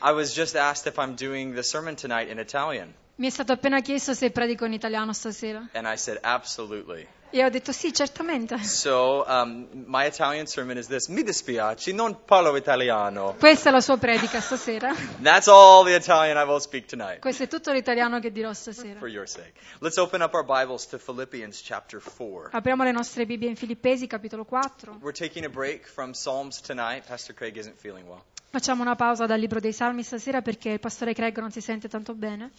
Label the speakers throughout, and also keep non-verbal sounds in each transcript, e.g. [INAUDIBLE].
Speaker 1: I was just asked if I'm doing the sermon tonight in Italian,
Speaker 2: Mi è stato appena chiesto se predico in italiano stasera
Speaker 1: and I said absolutely.
Speaker 2: e ho detto sì, certamente.
Speaker 1: So um, my Italian sermon is this: Mi dispiace, non parlo italiano.
Speaker 2: Questa è la sua predica stasera.
Speaker 1: That's all the Italian I will speak tonight,
Speaker 2: Questo è tutto l'italiano che dirò stasera.
Speaker 1: for your sake. Let's open up our Bibles to Philippians chapter four.
Speaker 2: Apriamo le nostre Bibbie in Filippesi, capitolo 4.
Speaker 1: We're taking a break from Psalms tonight. Pastor Craig isn't feeling well.
Speaker 2: Facciamo una pausa dal libro dei Salmi stasera perché il pastore Craig non si sente tanto bene.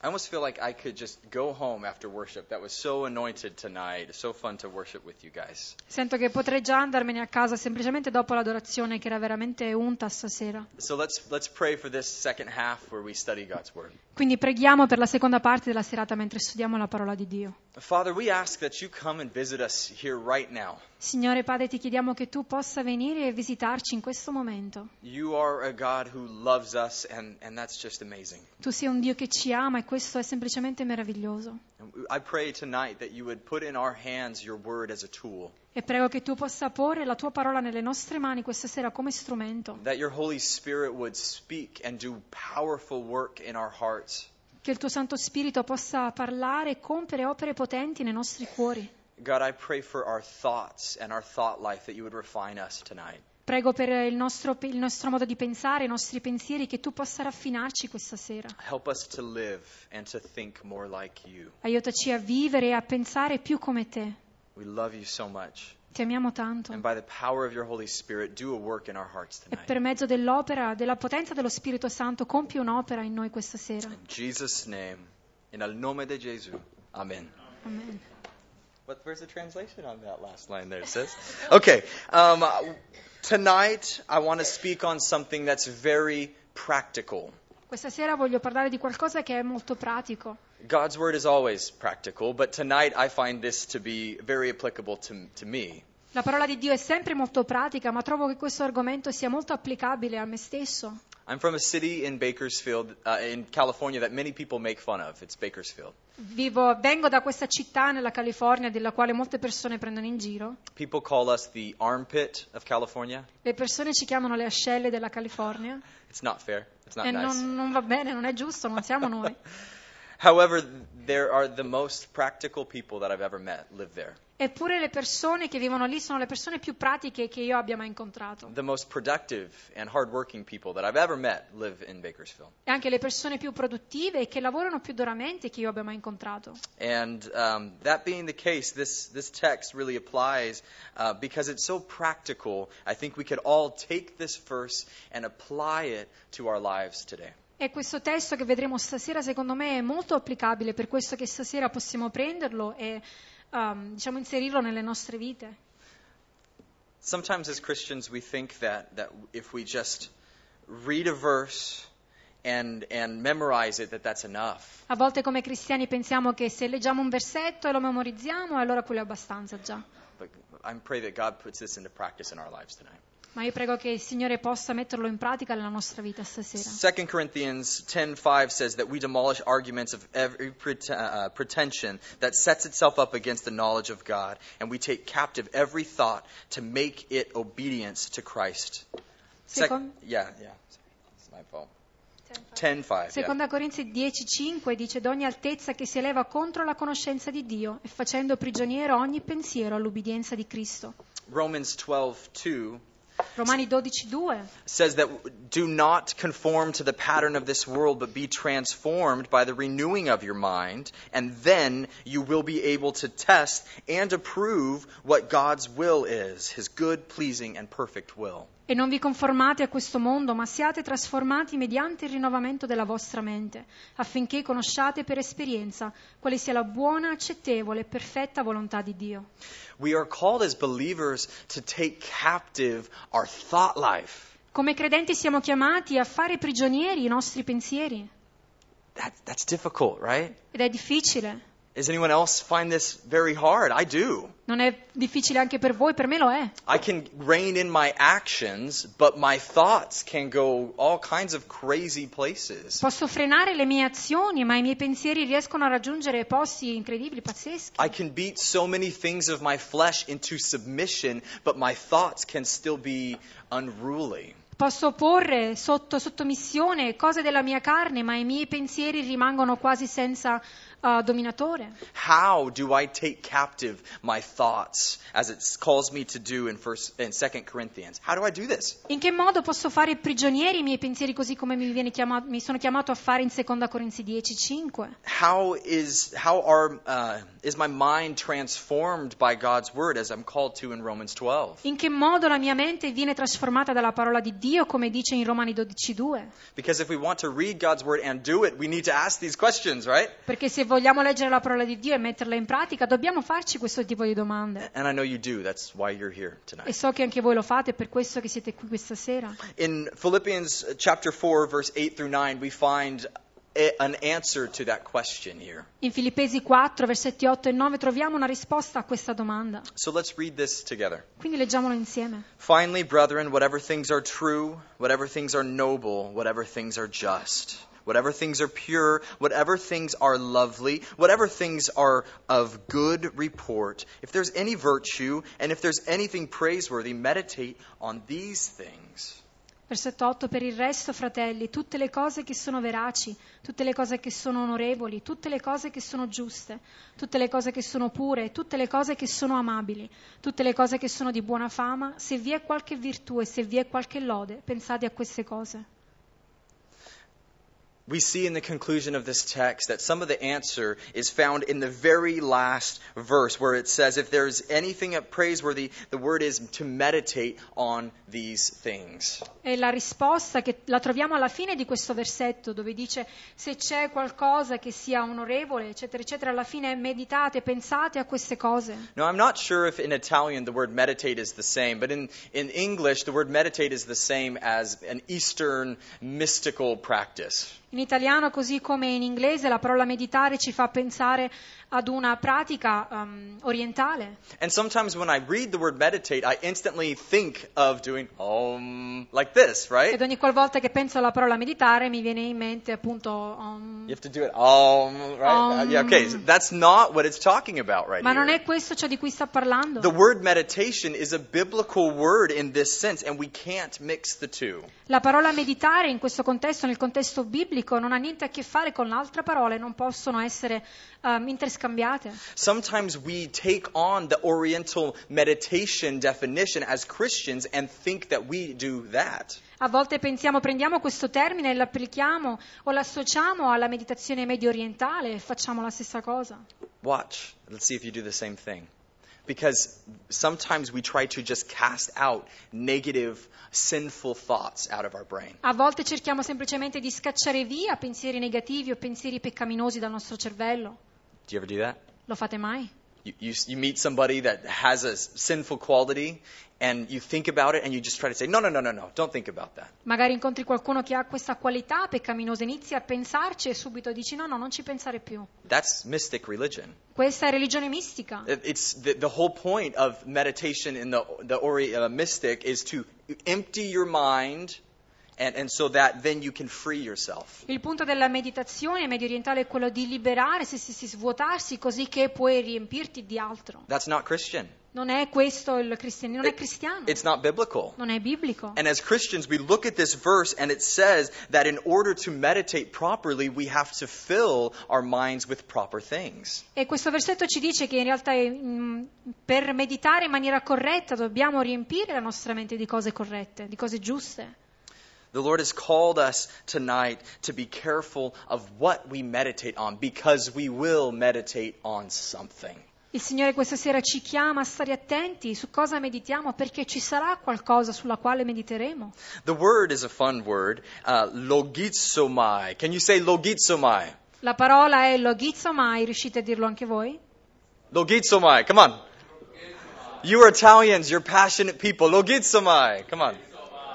Speaker 1: I almost feel like I could just go home after worship. That was so anointed tonight. So fun to worship with you guys.
Speaker 2: Sento che potrei già andarmene a casa semplicemente dopo l'adorazione che era veramente unta stasera.
Speaker 1: So let's let's pray for this second half where we study God's word.
Speaker 2: Quindi preghiamo per la seconda parte della serata mentre studiamo la parola di Dio.
Speaker 1: Father, we ask that you come and visit us here right now.
Speaker 2: Signore Padre, ti chiediamo che tu possa venire e visitarci in questo momento.
Speaker 1: You are a God who loves us, and, and that's just amazing.
Speaker 2: Tu sei un Dio che ci ama e questo è semplicemente meraviglioso.
Speaker 1: And I pray tonight that you would put in our hands your word as a tool,
Speaker 2: E prego che tu possa porre la tua parola nelle nostre mani questa sera come strumento,
Speaker 1: that your Holy Spirit would speak and do powerful work in our hearts.
Speaker 2: che il tuo Santo Spirito possa parlare e compiere opere potenti nei nostri cuori.
Speaker 1: God, I pray for our thoughts and our thought life that you would refine us tonight.
Speaker 2: Prego per il nostro, il nostro modo di pensare, i nostri pensieri, che tu possa raffinarci questa sera.
Speaker 1: Help us to live and to think more like you.
Speaker 2: Aiutaci a vivere e a pensare più come te.
Speaker 1: We love you so much.
Speaker 2: Ti amiamo
Speaker 1: And
Speaker 2: tanto.
Speaker 1: by the power of your Holy Spirit, do a work in our hearts
Speaker 2: E
Speaker 1: tonight.
Speaker 2: per mezzo dell'opera, della potenza dello Spirito Santo, compi un'opera in noi questa sera.
Speaker 1: In Jesus' name, in al nome de Gesù. Amen.
Speaker 2: Amen.
Speaker 1: What, where's the translation on that last line there, sis? [LAUGHS] Okay. Um, tonight, I want to speak on something that's very practical.
Speaker 2: Questa sera voglio parlare di qualcosa che è molto pratico.
Speaker 1: God's word is always practical, but tonight I find this to be very applicable to, to me.
Speaker 2: La parola di Dio è sempre molto pratica, ma trovo che questo argomento sia molto applicabile a me stesso.
Speaker 1: I'm from a city in Bakersfield, uh, in California, that many people make fun of. It's Bakersfield.
Speaker 2: Vivo- vengo da questa città nella California della quale molte persone prendono in giro.
Speaker 1: People call us the armpit of California.
Speaker 2: Le persone ci chiamano le ascelle della California
Speaker 1: It's not fair. It's not
Speaker 2: e
Speaker 1: nice.
Speaker 2: non, non va bene, non è giusto, non siamo noi.
Speaker 1: However, there are the most practical people that I've ever met live there.
Speaker 2: Eppure le persone che vivono lì sono le persone più pratiche che io abbia mai incontrato.
Speaker 1: The most productive and hardworking people that I've ever met live in Bakersfield.
Speaker 2: E anche le persone più produttive e che lavorano più duramente che io abbia mai incontrato.
Speaker 1: And um, that being the case, this, this text really applies uh, because it's so practical. I think we could all take this verse and apply it to our lives today.
Speaker 2: E questo testo che vedremo stasera, secondo me, è molto applicabile, per questo che stasera possiamo prenderlo e ehm, diciamo, inserirlo nelle nostre vite.
Speaker 1: Sometimes as Christians, we think that, that if we just read a verse and, and memorize it, that that's enough.
Speaker 2: A volte come cristiani pensiamo che se leggiamo un versetto e lo memorizziamo, allora quello è abbastanza già.
Speaker 1: But I pray that God puts this into practice in our lives tonight.
Speaker 2: Ma io prego che il Signore possa metterlo in pratica nella nostra vita stasera.
Speaker 1: 2 Corinthians 10:5 says that we demolish arguments of every pret- uh, pretension that sets itself up against the knowledge of God, and we take captive every thought to make it obedience to Christ. Sec-
Speaker 2: Second-
Speaker 1: yeah, yeah. It's my fault. 10:5. yeah.
Speaker 2: Seconda Corinzi 10:5 dice d'ogni altezza che si eleva contro la conoscenza di Dio e facendo prigioniero ogni pensiero all'ubbidienza di Cristo.
Speaker 1: Romans 12:2
Speaker 2: Romani 12:2
Speaker 1: says that do not conform to the pattern of this world, but be transformed by the renewing of your mind, and then you will be able to test and approve what God's will is, his good, pleasing, and perfect will.
Speaker 2: E non vi conformate a questo mondo, ma siate trasformati mediante il rinnovamento della vostra mente, affinché conosciate per esperienza quale sia la buona, accettevole e perfetta volontà di Dio.
Speaker 1: We are called as believers to take captive our thought life.
Speaker 2: Come credenti siamo chiamati a fare prigionieri i nostri pensieri,
Speaker 1: That, that's difficult, right?
Speaker 2: ed è difficile.
Speaker 1: Does anyone else find this very hard? I do.
Speaker 2: Non è difficile anche per voi, per me lo è.
Speaker 1: I can rein in my actions, but my thoughts can go all kinds of crazy places.
Speaker 2: Posso frenare le mie azioni, ma i miei pensieri riescono a raggiungere posti incredibili, pazzeschi.
Speaker 1: I can beat so many things of my flesh into submission, but my thoughts can still be unruly.
Speaker 2: Posso porre sotto sottomissione cose della mia carne, ma i miei pensieri rimangono quasi senza eh, dominatore.
Speaker 1: How do I take captive my thoughts as it calls me to do in first in 2 Corinthians? How do I do this?
Speaker 2: In che modo posso fare prigionieri i miei pensieri così come mi, viene chiama- mi sono chiamato a fare in 2 Corinzi 10, 5?
Speaker 1: How is how are uh, is my mind transformed by God's word as I'm called to in Romans 12?
Speaker 2: In che modo la mia mente viene trasformata dalla parola di Dio, come dice in Romani 12, 2?
Speaker 1: Because if we want to read God's word and do it, we need to ask these questions, right?
Speaker 2: Perché se vogliamo leggere la parola di Dio e metterla in pratica, dobbiamo farci questo tipo di domande.
Speaker 1: And I know you do. That's why you're here tonight.
Speaker 2: E so che anche voi lo fate, è per questo che siete qui questa sera.
Speaker 1: In Philippians uh, chapter 4, verse 8 through 9, we find a, an answer to that question here.
Speaker 2: In Filippesi 4, versetti 8 e 9 troviamo una risposta a questa domanda.
Speaker 1: So let's read this together.
Speaker 2: Quindi leggiamolo insieme.
Speaker 1: Finally, brethren, whatever things are true, whatever things are noble, whatever things are just, whatever things are pure, whatever things are lovely, whatever things are of good report, if there's any virtue and if there's anything praiseworthy, meditate on these things.
Speaker 2: Versetto 8, per il resto, fratelli, tutte le cose che sono veraci, tutte le cose che sono onorevoli, tutte le cose che sono giuste, tutte le cose che sono pure, tutte le cose che sono amabili, tutte le cose che sono di buona fama, se vi è qualche virtù e se vi è qualche lode, pensate a queste cose.
Speaker 1: We see in the conclusion of this text that some of the answer is found in the very last verse where it says, If there's anything praiseworthy, the word is to meditate on these things.
Speaker 2: E la risposta che la troviamo alla fine di questo versetto, dove dice se c'è qualcosa che sia onorevole, eccetera, eccetera, alla fine è meditate, pensate a queste cose.
Speaker 1: Now, I'm not sure if in Italian the word meditate is the same, but in, in English, the word meditate is the same as an Eastern mystical practice.
Speaker 2: In italiano, così come in inglese, la parola meditare ci fa pensare ad una pratica ehm, orientale.
Speaker 1: And sometimes when I read the word meditate, I instantly think of doing om like this, right?
Speaker 2: Ed ogni qualvolta che penso alla parola meditare mi viene in mente appunto... um,
Speaker 1: You have to do it um, right? Uh, yeah, okay. So
Speaker 2: Um.
Speaker 1: that's not what it's talking about right
Speaker 2: ma non
Speaker 1: here.
Speaker 2: è questo ciò di cui sta parlando.
Speaker 1: The word meditation is a biblical word in this sense, and we can't mix the two.
Speaker 2: La parola meditare in questo contesto, nel contesto biblico, non ha niente a che fare con l'altra parola e non possono essere ehm, interscambiate.
Speaker 1: Sometimes we take on the Oriental meditation definition as Christians and think that we do that.
Speaker 2: A volte pensiamo, prendiamo questo termine e lo applichiamo o lo associamo alla meditazione medio orientale e facciamo la stessa cosa.
Speaker 1: Watch. Let's see if you do the same thing. Because sometimes we try to just cast out negative, sinful thoughts out of our brain.
Speaker 2: A volte cerchiamo semplicemente di scacciare via pensieri negativi o pensieri peccaminosi dal nostro cervello.
Speaker 1: Do you ever do that?
Speaker 2: Lo fate mai?
Speaker 1: You, you, you meet somebody that has a sinful quality, and you think about it, and you just try to say, no, no, no, no, no, don't think about that.
Speaker 2: Magari incontri qualcuno che ha questa qualità peccaminosa, inizi a pensarci e subito dici no, no, non ci pensare più.
Speaker 1: That's mystic religion.
Speaker 2: Questa è religione mistica.
Speaker 1: It- It's the, the whole point of meditation in the the ori, uh, mystic is to empty your mind, and, and so that then you can free yourself.
Speaker 2: Il punto della meditazione medio orientale è quello di liberare se si, si svuotarsi così che puoi riempirti di altro.
Speaker 1: That's not Christian.
Speaker 2: Non è questo il cristiano, non è
Speaker 1: It-
Speaker 2: cristiano,
Speaker 1: It's not biblical.
Speaker 2: non è biblico.
Speaker 1: And as Christians, we look at this verse and it says that in order to meditate properly, we have to fill our minds with proper things.
Speaker 2: E questo versetto ci dice che in realtà eh, mh, per meditare in maniera corretta dobbiamo riempire la nostra mente di cose corrette, di cose giuste.
Speaker 1: The Lord has called us tonight to be careful of what we meditate on because we will meditate on something.
Speaker 2: Il Signore questa sera ci chiama a stare attenti su cosa meditiamo perché ci sarà qualcosa sulla quale mediteremo.
Speaker 1: The word is a fun word, uh, logitsomai. Can you say logitsomai?
Speaker 2: La parola è logizomai, riuscite a dirlo anche voi?
Speaker 1: Logitsomai, come on. You are Italians, you're passionate people. Logitsomai, come on.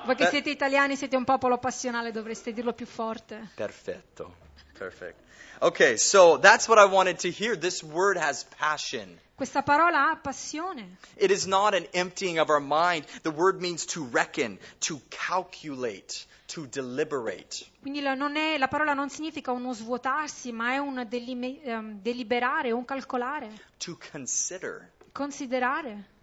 Speaker 2: Voi che
Speaker 1: Eh.
Speaker 2: siete italiani, siete un popolo passionale, dovreste dirlo più forte.
Speaker 1: Perfetto. Perfect. Okay, so that's what I wanted to hear. This word has passion.
Speaker 2: Questa parola ha passione,
Speaker 1: It is not an emptying of our mind. The word means to reckon, to calculate, to deliberate.
Speaker 2: quindi la, non è- la parola non significa uno svuotarsi, ma è un delime- ehm, deliberare, un calcolare,
Speaker 1: to consider.
Speaker 2: considerare.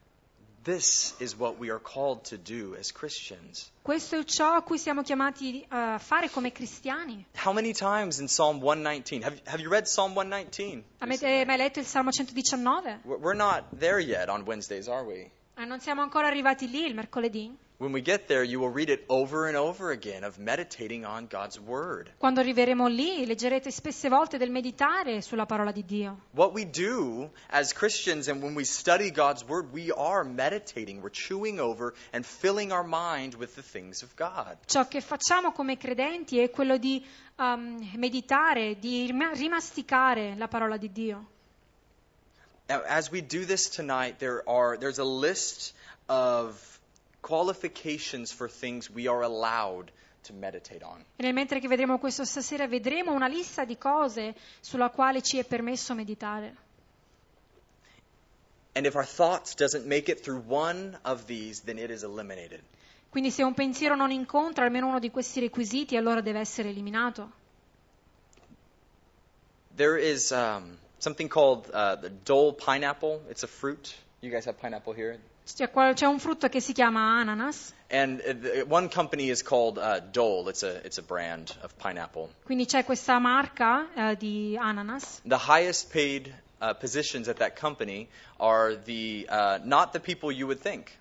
Speaker 1: This is what we are called to do as Christians.
Speaker 2: Questo è ciò a cui siamo chiamati a fare come cristiani.
Speaker 1: How many times in Psalm 119? Have, have you read Psalm 119?
Speaker 2: Avete mai letto il Salmo 119?
Speaker 1: We're we're not there yet on Wednesdays, are we?
Speaker 2: Eh, non siamo ancora arrivati lì il mercoledì.
Speaker 1: When we get there, you will read it over and over again of meditating on God's Word.
Speaker 2: Quando arriveremo lì leggerete spesse volte del meditare sulla parola di Dio.
Speaker 1: What we do as Christians and when we study God's Word, we are meditating, we're chewing over and filling our mind with the things of God.
Speaker 2: Ciò che facciamo come credenti è quello di ehm, meditare, di rima- rimasticare la parola di Dio.
Speaker 1: Now, as we do this tonight, there are there's a list of qualifications for things we are allowed to meditate on.
Speaker 2: E nel mentre che vedremo questo stasera vedremo una lista di cose sulla quale ci è permesso meditare.
Speaker 1: And if our thoughts doesn't make it through one of these, then it is eliminated.
Speaker 2: Quindi se un pensiero non incontra almeno uno di questi requisiti, allora deve essere eliminato.
Speaker 1: There is um, something called uh, the dole pineapple. It's a fruit. You guys have pineapple here.
Speaker 2: C'è, qual- c'è un frutto che si chiama ananas,
Speaker 1: And uh, the- one company is called uh, Dole. It's a it's a brand of pineapple.
Speaker 2: quindi c'è questa marca eh, di ananas.
Speaker 1: The highest paid uh, positions at that company are the uh, not the people you would think.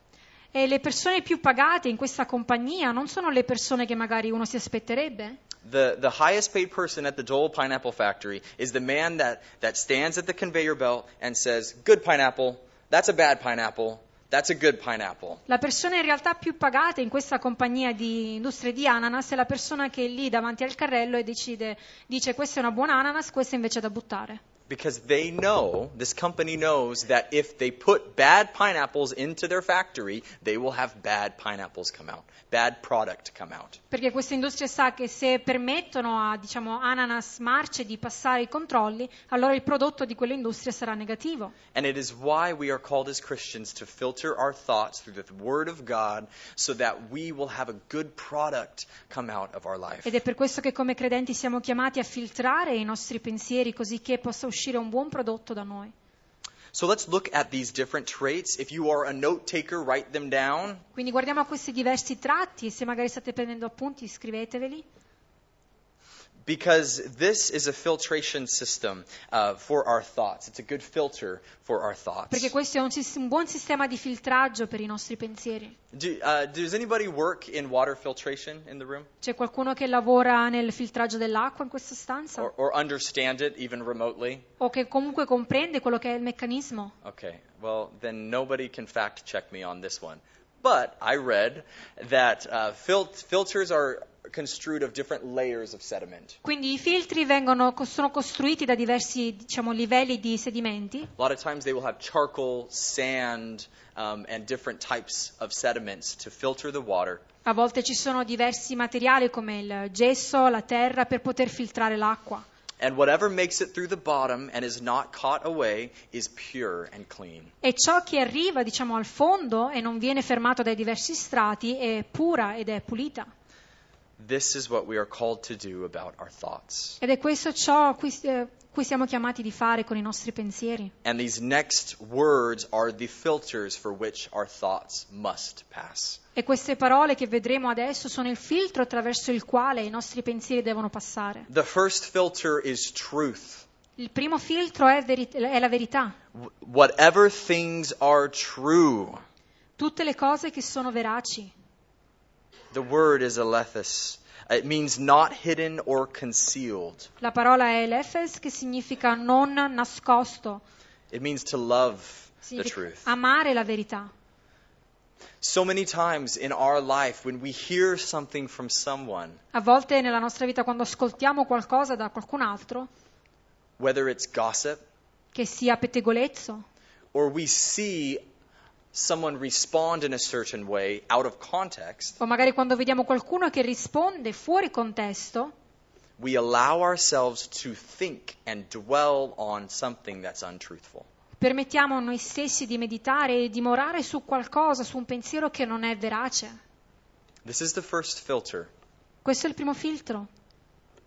Speaker 2: E le persone più pagate in questa compagnia non sono le persone che magari uno si aspetterebbe.
Speaker 1: The, the highest paid person at the Dole Pineapple Factory is the man that, that stands at the conveyor belt and says, Good pineapple, that's a bad pineapple, that's a good pineapple.
Speaker 2: La persona in realtà più pagata in questa compagnia di industrie di ananas è la persona che è lì davanti al carrello e decide, dice questa è una buona ananas, questa invece è da buttare.
Speaker 1: Because they know, this company knows, that if they put bad pineapples into their factory, they will have bad pineapples come out, bad product come out.
Speaker 2: Perché questa industria sa che se permettono a diciamo, ananas marce di passare i controlli, allora il prodotto di quell'industria sarà negativo.
Speaker 1: And it is why we are called as Christians to filter our thoughts through the Word of God so that we will have a good product come out of our life.
Speaker 2: Ed è per questo che come credenti siamo chiamati a filtrare i nostri pensieri così che possa uscire un buon prodotto da noi.
Speaker 1: So let's look at these different traits. If you are a note taker, write them down.
Speaker 2: Quindi guardiamo a questi diversi tratti e se magari state prendendo appunti scriveteveli.
Speaker 1: Because this is a filtration system uh, for our thoughts. It's a good filter for our thoughts.
Speaker 2: Perché questo è un, sis- un buon sistema di filtraggio per i nostri pensieri.
Speaker 1: Do, uh, does anybody work in water filtration in the room?
Speaker 2: C'è qualcuno che lavora nel filtraggio dell'acqua in questa stanza?
Speaker 1: Or, or understand it even remotely?
Speaker 2: O che comunque comprende quello che è il meccanismo?
Speaker 1: Okay, well, then nobody can fact check me on this one. But I read that uh, fil- filters are construed of different layers of sediment.
Speaker 2: Quindi i filtri vengono- sono costruiti da diversi diciamo, livelli di sedimenti
Speaker 1: A lot of times they will have charcoal, sand, um, and different types of sediments to filter the water.
Speaker 2: A volte ci sono diversi materiali come il gesso, la terra per poter filtrare l'acqua
Speaker 1: And whatever makes it through the bottom and is not caught away is pure and clean.
Speaker 2: e ciò che arriva diciamo al fondo e non viene fermato dai diversi strati è pura ed è pulita
Speaker 1: This is what we are called to do about our thoughts.
Speaker 2: ed è questo ciò a cui, eh, cui siamo chiamati di fare con i nostri pensieri
Speaker 1: And these next words are the filters for which our thoughts must pass.
Speaker 2: e queste parole che vedremo adesso sono il filtro attraverso il quale i nostri pensieri devono passare.
Speaker 1: The first filter is truth.
Speaker 2: Il primo filtro è, veri- è la verità.
Speaker 1: Wh- Whatever things are true.
Speaker 2: Tutte le cose che sono veraci.
Speaker 1: The word is alethus. It means not hidden or concealed.
Speaker 2: La parola è l'efes che significa non nascosto.
Speaker 1: It means to love the
Speaker 2: Significa
Speaker 1: truth.
Speaker 2: amare la verità.
Speaker 1: So many times in our life, when we hear something from someone,
Speaker 2: A volte nella nostra vita quando ascoltiamo qualcosa da qualcun altro,
Speaker 1: whether it's gossip
Speaker 2: che sia pettegolezzo,
Speaker 1: or we see someone respond in a certain way out of context,
Speaker 2: o magari quando vediamo qualcuno che risponde fuori contesto,
Speaker 1: we allow ourselves to think and dwell on something that's untruthful.
Speaker 2: permettiamo a noi stessi di meditare e di morare su qualcosa, su un pensiero che non è verace.
Speaker 1: This is the first filter,
Speaker 2: Questo è il primo filtro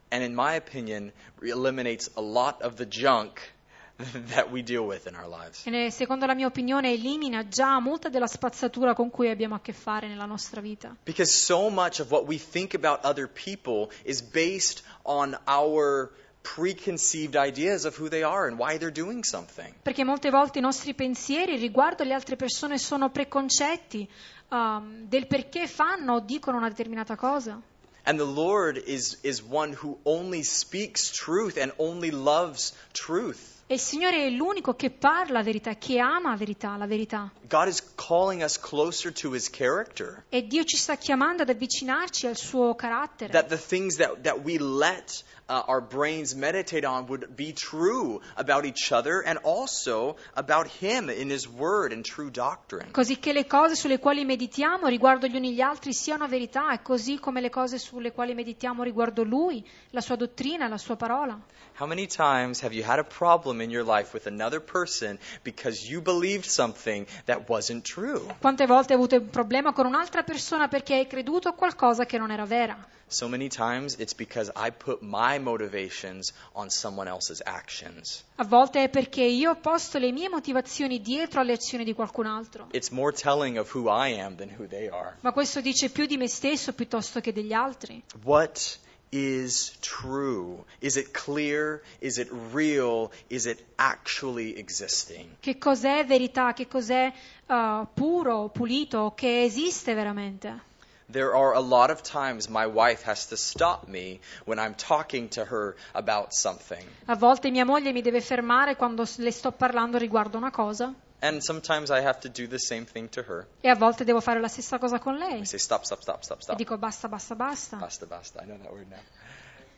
Speaker 1: and in my opinion, eliminates a lot of the junk [LAUGHS] that we deal with in our lives.
Speaker 2: E ne- secondo la mia opinione elimina già molta della spazzatura con cui abbiamo a che fare nella nostra vita.
Speaker 1: Because so much of what we think about other people is based on our preconceived ideas of who they are and why they're doing something.
Speaker 2: Perché molte volte i nostri pensieri riguardo le altre persone sono preconcetti ehm, del perché fanno o dicono una determinata cosa.
Speaker 1: And the Lord is, is one who only speaks truth and only loves truth.
Speaker 2: E il Signore è l'unico che parla verità, che ama verità, la verità.
Speaker 1: God is calling us closer to his character.
Speaker 2: E Dio ci sta chiamando ad avvicinarci al suo carattere.
Speaker 1: That the things that, that we let uh, our brains meditate on would be true about each other and also about him in his word and true doctrine.
Speaker 2: Così che le cose sulle quali meditiamo riguardo gli uni gli altri siano verità, e così come le cose sulle quali meditiamo riguardo Lui, la Sua dottrina, la Sua parola.
Speaker 1: How many times have you had a problem in your life with another person because you believed something that wasn't true?
Speaker 2: Quante volte hai avuto un problema con un'altra persona perché hai creduto a qualcosa che non era vera?
Speaker 1: So many times it's because I put my motivations on someone else's actions.
Speaker 2: A volte è perché io ho posto le mie motivazioni dietro alle azioni di qualcun altro.
Speaker 1: It's more telling of who I am than who they are.
Speaker 2: Ma questo dice più di me stesso piuttosto che degli altri.
Speaker 1: What is true? Is it clear? Is it real? Is it actually existing?
Speaker 2: Che cos'è verità? Che cos'è eh, puro, pulito, che esiste veramente?
Speaker 1: There are a lot of times my wife has to stop me when I'm talking to her about something.
Speaker 2: A volte mia moglie mi deve fermare quando s- le sto parlando riguardo una cosa
Speaker 1: And sometimes I have to do the same thing to her.
Speaker 2: e a volte devo fare la stessa cosa con
Speaker 1: I
Speaker 2: lei.
Speaker 1: say, stop, stop, stop, stop,
Speaker 2: E
Speaker 1: stop.
Speaker 2: dico basta, basta, basta.
Speaker 1: Basta, basta. I know that word now.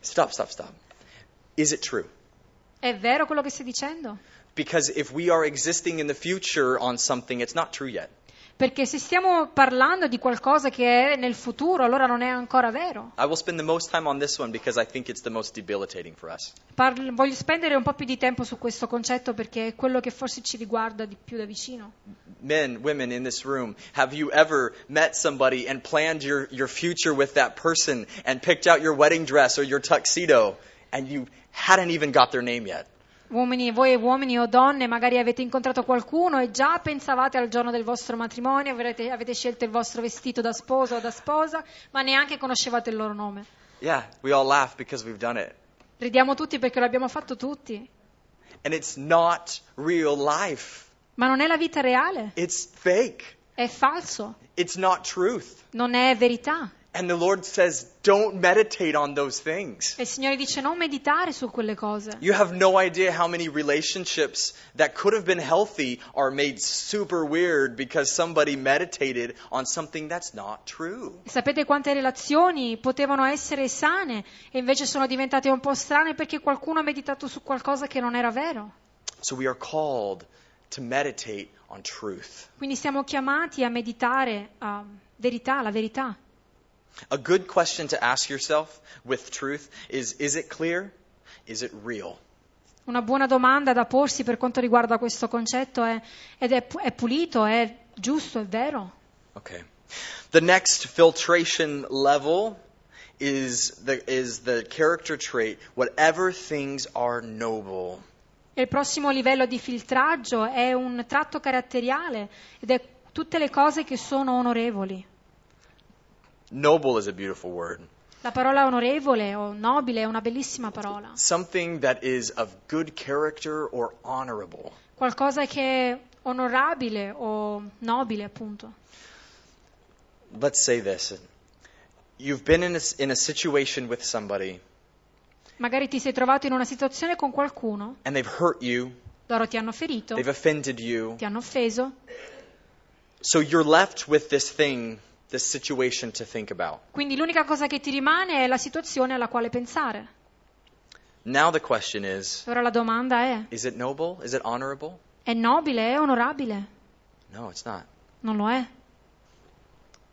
Speaker 1: Stop, stop, stop. Is it true?
Speaker 2: È vero quello che stai dicendo?
Speaker 1: Because if we are existing in the future on something, it's not true yet.
Speaker 2: Perché se stiamo parlando di qualcosa che è nel futuro, allora non è ancora vero.
Speaker 1: I will spend the most time on this one because I think it's the most debilitating for us.
Speaker 2: Parl- voglio spendere un po' più di tempo su questo concetto perché è quello che forse ci riguarda di più da vicino.
Speaker 1: Men, women in this room, have you ever met somebody and planned your, your future with that person and picked out your wedding dress or your tuxedo and you hadn't even got their name yet?
Speaker 2: Uomini, voi uomini o donne, magari avete incontrato qualcuno e già pensavate al giorno del vostro matrimonio, avrete- avete scelto il vostro vestito da sposo o da sposa, ma neanche conoscevate il loro nome.
Speaker 1: Yeah, we all laugh because we've done it.
Speaker 2: Ridiamo tutti perché l'abbiamo fatto tutti,
Speaker 1: And it's not real life.
Speaker 2: ma non è la vita reale,
Speaker 1: It's fake.
Speaker 2: è falso,
Speaker 1: It's not truth.
Speaker 2: non è verità.
Speaker 1: And the Lord says, don't meditate on those things.
Speaker 2: E il Signore dice non meditare su quelle cose.
Speaker 1: You have no idea how many relationships that could have been healthy are made super weird because somebody meditated on something that's not true.
Speaker 2: Sapete quante relazioni potevano essere sane e invece sono diventate un po' strane perché qualcuno ha meditato su qualcosa che non era vero?
Speaker 1: So we are called to meditate on truth.
Speaker 2: Quindi siamo chiamati a meditare a verità, la verità.
Speaker 1: A good question to ask yourself with truth is is it clear? Is it real?
Speaker 2: Una buona domanda da porsi per quanto riguarda questo concetto è, ed è, pu- è pulito, è giusto, è vero?
Speaker 1: Okay. The next filtration level is the is the character trait whatever things are noble.
Speaker 2: E il prossimo livello di filtraggio è un tratto caratteriale ed è tutte le cose che sono onorevoli.
Speaker 1: Noble is a beautiful word.
Speaker 2: La parola onorevole o nobile è una bellissima parola,
Speaker 1: Something that is of good character or honorable.
Speaker 2: qualcosa che è onorabile o nobile appunto.
Speaker 1: Let's say this. You've been in a, s- in a situation with somebody
Speaker 2: Magari ti sei trovato in una situazione con qualcuno,
Speaker 1: and they've hurt you,
Speaker 2: loro ti hanno ferito,
Speaker 1: they've offended you.
Speaker 2: ti hanno offeso,
Speaker 1: So you're left with this thing, this situation to think about.
Speaker 2: Quindi l'unica cosa che ti rimane è la situazione alla quale pensare.
Speaker 1: Now the question is
Speaker 2: Ora la domanda è,
Speaker 1: is it noble? Is it honorable?
Speaker 2: è nobile, è onorabile?
Speaker 1: No, it's not.
Speaker 2: Non lo è.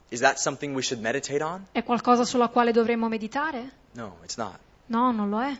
Speaker 1: Is that something we should meditate on?
Speaker 2: È qualcosa sulla quale dovremmo meditare?
Speaker 1: No, it's not.
Speaker 2: No, non lo è.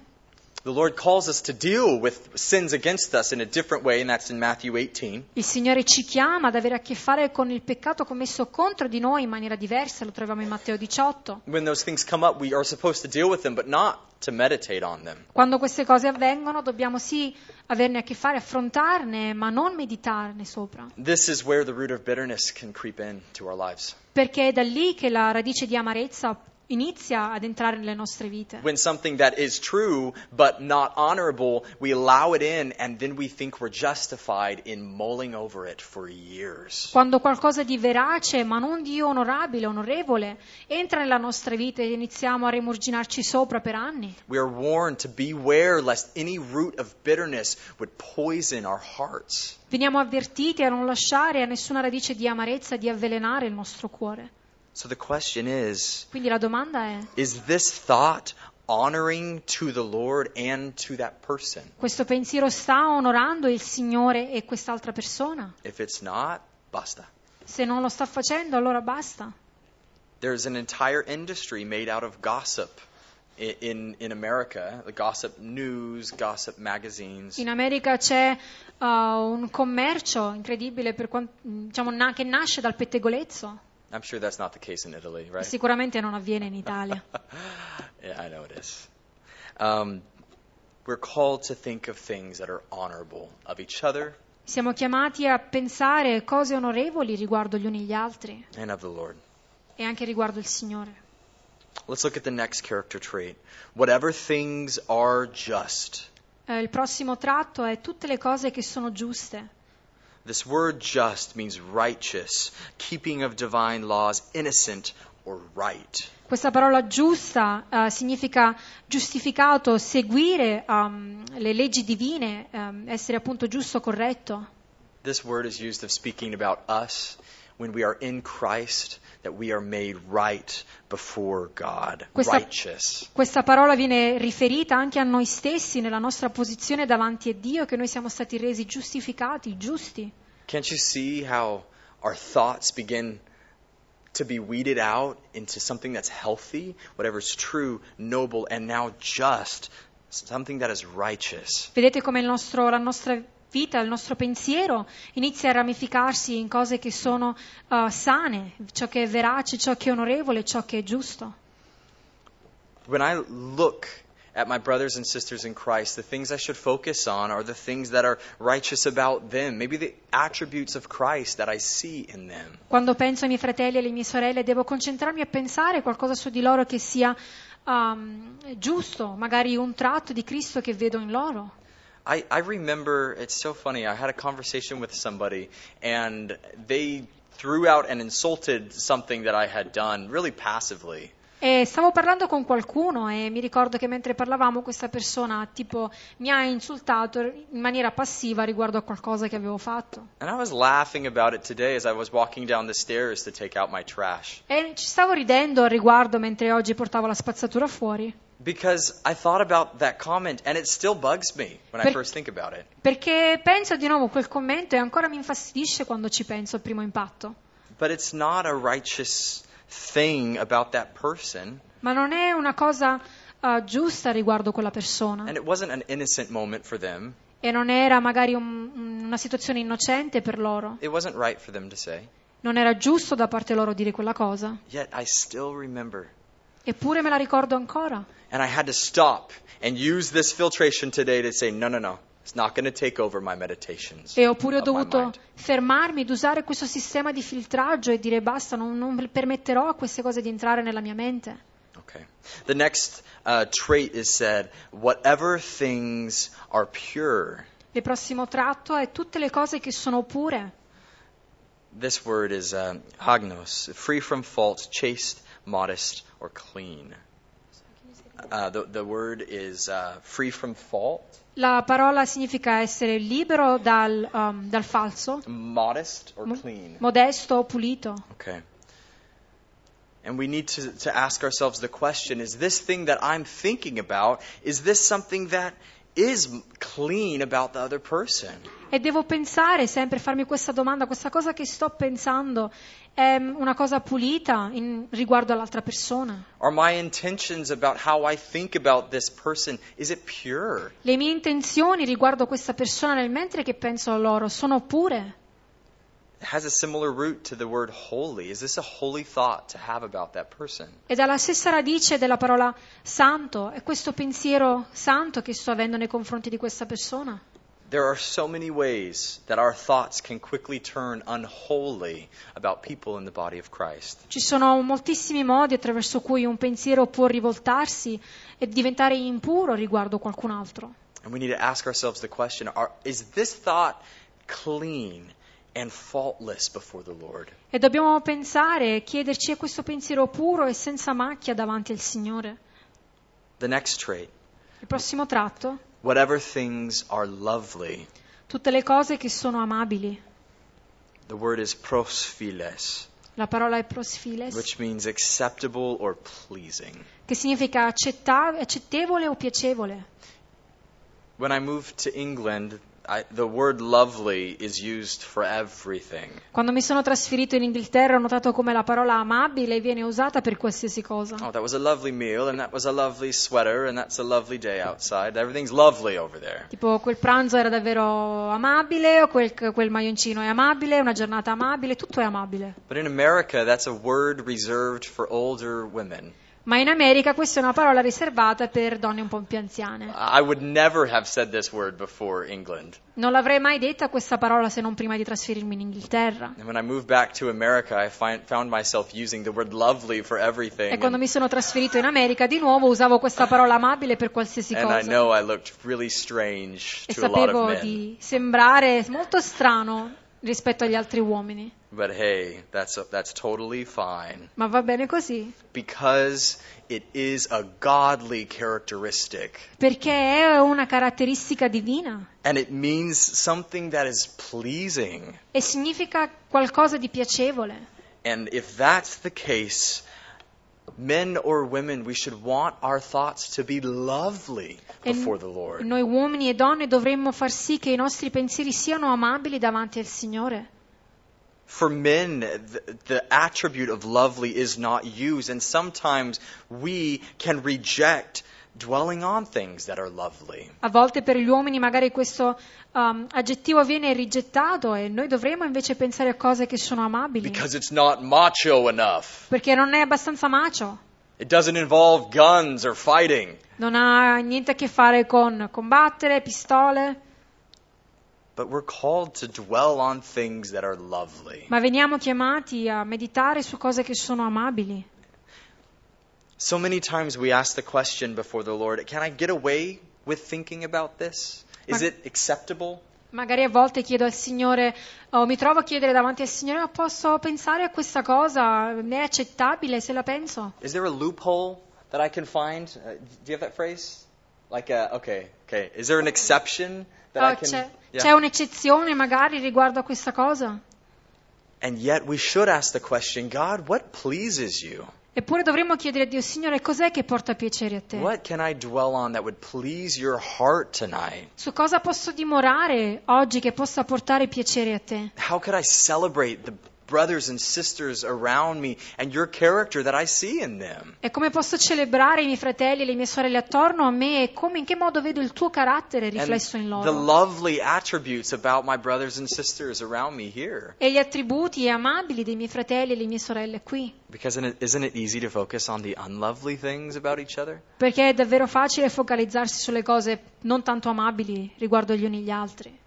Speaker 1: The Lord calls us to deal with sins against us in a different way, and that's in Matthew 18.
Speaker 2: Il Signore ci chiama ad avere a che fare con il peccato commesso contro di noi in maniera diversa, lo troviamo in Matteo 18.
Speaker 1: When those things come up, we are supposed to deal with them, but not to meditate on them.
Speaker 2: Quando queste cose avvengono dobbiamo sì averne a che fare, affrontarne, ma non meditarne sopra,
Speaker 1: This is where the root of bitterness can creep into our lives.
Speaker 2: perché è da lì che la radice di amarezza inizia ad entrare nelle nostre vite.
Speaker 1: When something that is true but not honorable, we allow it in, and then we think we're justified in mulling over it for years.
Speaker 2: Quando qualcosa di verace, ma non di onorabile, onorevole, entra nella nostra vita e iniziamo a rimurginarci sopra per anni.
Speaker 1: We are warned to beware lest any root of bitterness would poison our hearts.
Speaker 2: Veniamo avvertiti a non lasciare a nessuna radice di amarezza di avvelenare il nostro cuore.
Speaker 1: So the question is
Speaker 2: Quindi la domanda è,
Speaker 1: is this thought honoring to the Lord and to that person?
Speaker 2: questo pensiero sta onorando il Signore e quest'altra persona?
Speaker 1: If it's not, basta.
Speaker 2: Se non lo sta facendo, allora basta.
Speaker 1: There's an entire industry made out of gossip i- in, in America, the gossip news, gossip magazines.
Speaker 2: In America c'è uh, un commercio incredibile per quan- diciamo, na- che nasce dal pettegolezzo.
Speaker 1: I'm sure that's not the case in Italy, right?
Speaker 2: Sicuramente non avviene in Italia.
Speaker 1: [LAUGHS] yeah, I know it is. Um, we're called to think of things that are honorable of each other
Speaker 2: Siamo chiamati a pensare cose onorevoli riguardo gli uni gli altri
Speaker 1: and of the Lord.
Speaker 2: e anche riguardo il Signore.
Speaker 1: Let's look at the next character trait. Whatever things are just.
Speaker 2: Eh, il prossimo tratto è tutte le cose che sono giuste.
Speaker 1: This word just means righteous, keeping of divine laws, innocent or right.
Speaker 2: Questa parola giusta eh, significa giustificato, seguire um, le leggi divine, ehm, essere appunto giusto, corretto.
Speaker 1: This word is used of speaking about us when we are in Christ, that we are made right before God,
Speaker 2: Questa-
Speaker 1: righteous.
Speaker 2: Questa parola viene riferita anche a noi stessi nella nostra posizione davanti a Dio, che noi siamo stati resi giustificati, giusti.
Speaker 1: Can't you see how our thoughts begin to be weeded out into something that's healthy, whatever's true, noble, and now just, something that is righteous?
Speaker 2: Vedete come il nostro- la nostra vita, il nostro pensiero inizia a ramificarsi in cose che sono eh, sane, ciò che è verace, ciò che è onorevole, ciò che è giusto.
Speaker 1: When I look at my brothers and sisters in Christ, the things I should focus on are the things that are righteous about them, maybe the attributes of Christ that I see in them.
Speaker 2: Quando penso ai miei fratelli e alle mie sorelle devo concentrarmi a pensare qualcosa su di loro che sia ehm, giusto, magari un tratto di Cristo che vedo in loro.
Speaker 1: I, I remember, it's so funny, I had a conversation with somebody and they threw out and insulted something that I had done really passively.
Speaker 2: E stavo parlando con qualcuno e mi ricordo che mentre parlavamo questa persona tipo mi ha insultato in maniera passiva riguardo a qualcosa che avevo fatto.
Speaker 1: And I was laughing about it today as I was walking down the stairs to take out my trash
Speaker 2: E ci stavo ridendo al riguardo mentre oggi portavo la spazzatura fuori,
Speaker 1: because I thought about that comment and it still bugs me when I
Speaker 2: Per-
Speaker 1: first think about it.
Speaker 2: perché penso di nuovo a quel commento e ancora mi infastidisce quando ci penso al primo impatto.
Speaker 1: But it's not a righteous thing about that person
Speaker 2: Ma non è una cosa eh, giusta riguardo quella persona
Speaker 1: and it wasn't an innocent moment for them.
Speaker 2: e non era magari un- un- una situazione innocente per loro,
Speaker 1: It wasn't right for them to say.
Speaker 2: non era giusto da parte loro dire quella cosa,
Speaker 1: Yet I still remember
Speaker 2: eppure me la ricordo ancora.
Speaker 1: And I had to stop and use this filtration today to say, no, no, no, it's not going to take over my meditations.
Speaker 2: E oppure ho
Speaker 1: of my
Speaker 2: dovuto
Speaker 1: mind."
Speaker 2: fermarmi ed usare questo sistema di filtraggio e dire basta, non, non permetterò a queste cose di entrare nella mia mente.
Speaker 1: Okay. The next uh, trait is said, whatever things are pure.
Speaker 2: Il prossimo tratto è tutte le cose che sono pure.
Speaker 1: This word is um, hagnos, free from fault, chaste, modest, or clean. Uh, the, the word is uh, free from fault,
Speaker 2: La parola significa essere libero dal, um, dal falso,
Speaker 1: modest, or
Speaker 2: mo-
Speaker 1: clean.
Speaker 2: modesto o pulito.
Speaker 1: Okay. And we need to, to ask ourselves the question is this thing that I'm thinking about, is this something that is clean about the other person?
Speaker 2: E devo pensare sempre, farmi questa domanda, questa cosa che sto pensando è mm, una cosa pulita in- riguardo all'altra persona?
Speaker 1: Are my intentions about how I think about this person, is it pure?
Speaker 2: Le mie intenzioni riguardo questa persona nel mentre che penso a loro sono pure?
Speaker 1: It has a similar root to the word holy. Is this a holy thought to have about that person?
Speaker 2: Ed ha la stessa radice della parola santo, è questo pensiero santo che sto avendo nei confronti di questa persona.
Speaker 1: There are so many ways that our thoughts can quickly turn unholy about people in the body of Christ.
Speaker 2: Ci sono moltissimi modi attraverso cui un pensiero può rivoltarsi e diventare impuro riguardo qualcun altro.
Speaker 1: And we need to ask ourselves the question are, is this thought clean and faultless before the Lord?
Speaker 2: E dobbiamo pensare, chiederci è questo pensiero puro e senza macchia davanti al Signore.
Speaker 1: The next trait
Speaker 2: Il prossimo tratto,
Speaker 1: whatever things are lovely,
Speaker 2: tutte le cose che sono amabili.
Speaker 1: the word is prosphiles,
Speaker 2: La parola è prosfiles,
Speaker 1: which means acceptable or pleasing.
Speaker 2: che significa accetta- accettevole o piacevole.
Speaker 1: When I moved to England, I, the word lovely is used for everything.
Speaker 2: Quando mi sono trasferito in Inghilterra ho notato come la parola amabile viene usata per qualsiasi cosa.
Speaker 1: Oh, that was a lovely meal, and that was a lovely sweater, and that's a lovely day outside. Everything's lovely over there.
Speaker 2: Tipo quel pranzo era davvero amabile, o quel, quel maglioncino è amabile, una giornata amabile, tutto è amabile.
Speaker 1: But in America, that's a word reserved for older women.
Speaker 2: Ma in America questa è una parola riservata per donne un po' più anziane.
Speaker 1: I would never have said this word before England.
Speaker 2: Non l'avrei mai detta questa parola se non prima di trasferirmi in Inghilterra.
Speaker 1: And when I moved back to America, I find, found myself using the word lovely for everything.
Speaker 2: E quando
Speaker 1: and-
Speaker 2: mi sono trasferito in America di nuovo usavo questa parola amabile per qualsiasi
Speaker 1: and I
Speaker 2: cosa.
Speaker 1: know I looked really strange
Speaker 2: E
Speaker 1: to a lot of
Speaker 2: sapevo
Speaker 1: men.
Speaker 2: di sembrare molto strano rispetto agli altri uomini.
Speaker 1: But hey, that's, that's totally fine.
Speaker 2: Ma va bene così,
Speaker 1: Because it is a godly characteristic.
Speaker 2: perché è una caratteristica divina
Speaker 1: And it means something that is pleasing.
Speaker 2: e significa qualcosa di piacevole.
Speaker 1: And if that's the case, men or women, we should want our thoughts to be lovely
Speaker 2: E
Speaker 1: before the Lord.
Speaker 2: noi uomini e donne dovremmo far sì che i nostri pensieri siano amabili davanti al Signore.
Speaker 1: For men, the, the attribute of lovely is not used, and sometimes we can reject dwelling on things that are lovely.
Speaker 2: A volte per gli uomini magari questo um, aggettivo viene rigettato e noi dovremmo invece pensare a cose che sono amabili,
Speaker 1: Because it's not macho enough.
Speaker 2: perché non è abbastanza macio.
Speaker 1: It doesn't involve guns or fighting.
Speaker 2: Non ha niente a che fare con combattere, pistole,
Speaker 1: But we're called to dwell on things that are lovely.
Speaker 2: ma veniamo chiamati a meditare su cose che sono amabili.
Speaker 1: So many times we ask the question before the Lord can I get away with thinking about this? Is
Speaker 2: Ma-
Speaker 1: it acceptable?
Speaker 2: Magari a volte chiedo al Signore, o mi trovo a chiedere davanti al Signore, "Ma posso pensare a questa cosa? Ne è accettabile se la penso?
Speaker 1: Is there a loophole that I can find? Uh, do you have that phrase? Like, uh, okay, okay. Is there an exception that I
Speaker 2: Oh,
Speaker 1: can?
Speaker 2: c'è,
Speaker 1: Yeah.
Speaker 2: c'è un'eccezione magari riguardo a questa cosa?
Speaker 1: And yet we should ask the question, God, what pleases you?
Speaker 2: Eppure dovremmo chiedere a Dio, Signore, cos'è che porta piacere a te?
Speaker 1: What can I dwell on that would please your heart tonight?
Speaker 2: Su cosa posso dimorare oggi che possa portare piacere a te?
Speaker 1: How could I celebrate the brothers and sisters around me and your character that I see in them?
Speaker 2: E come posso celebrare i miei fratelli e le mie sorelle attorno a me? E come, in che modo vedo il tuo carattere
Speaker 1: And
Speaker 2: riflesso in
Speaker 1: the
Speaker 2: loro?
Speaker 1: lovely attributes about my brothers and sisters around me here.
Speaker 2: E gli attributi amabili dei miei fratelli e le mie sorelle qui?
Speaker 1: Because isn't it- isn't it easy to focus on the unlovely things about each other?
Speaker 2: Perché è davvero facile focalizzarsi sulle cose non tanto amabili riguardo gli uni gli altri.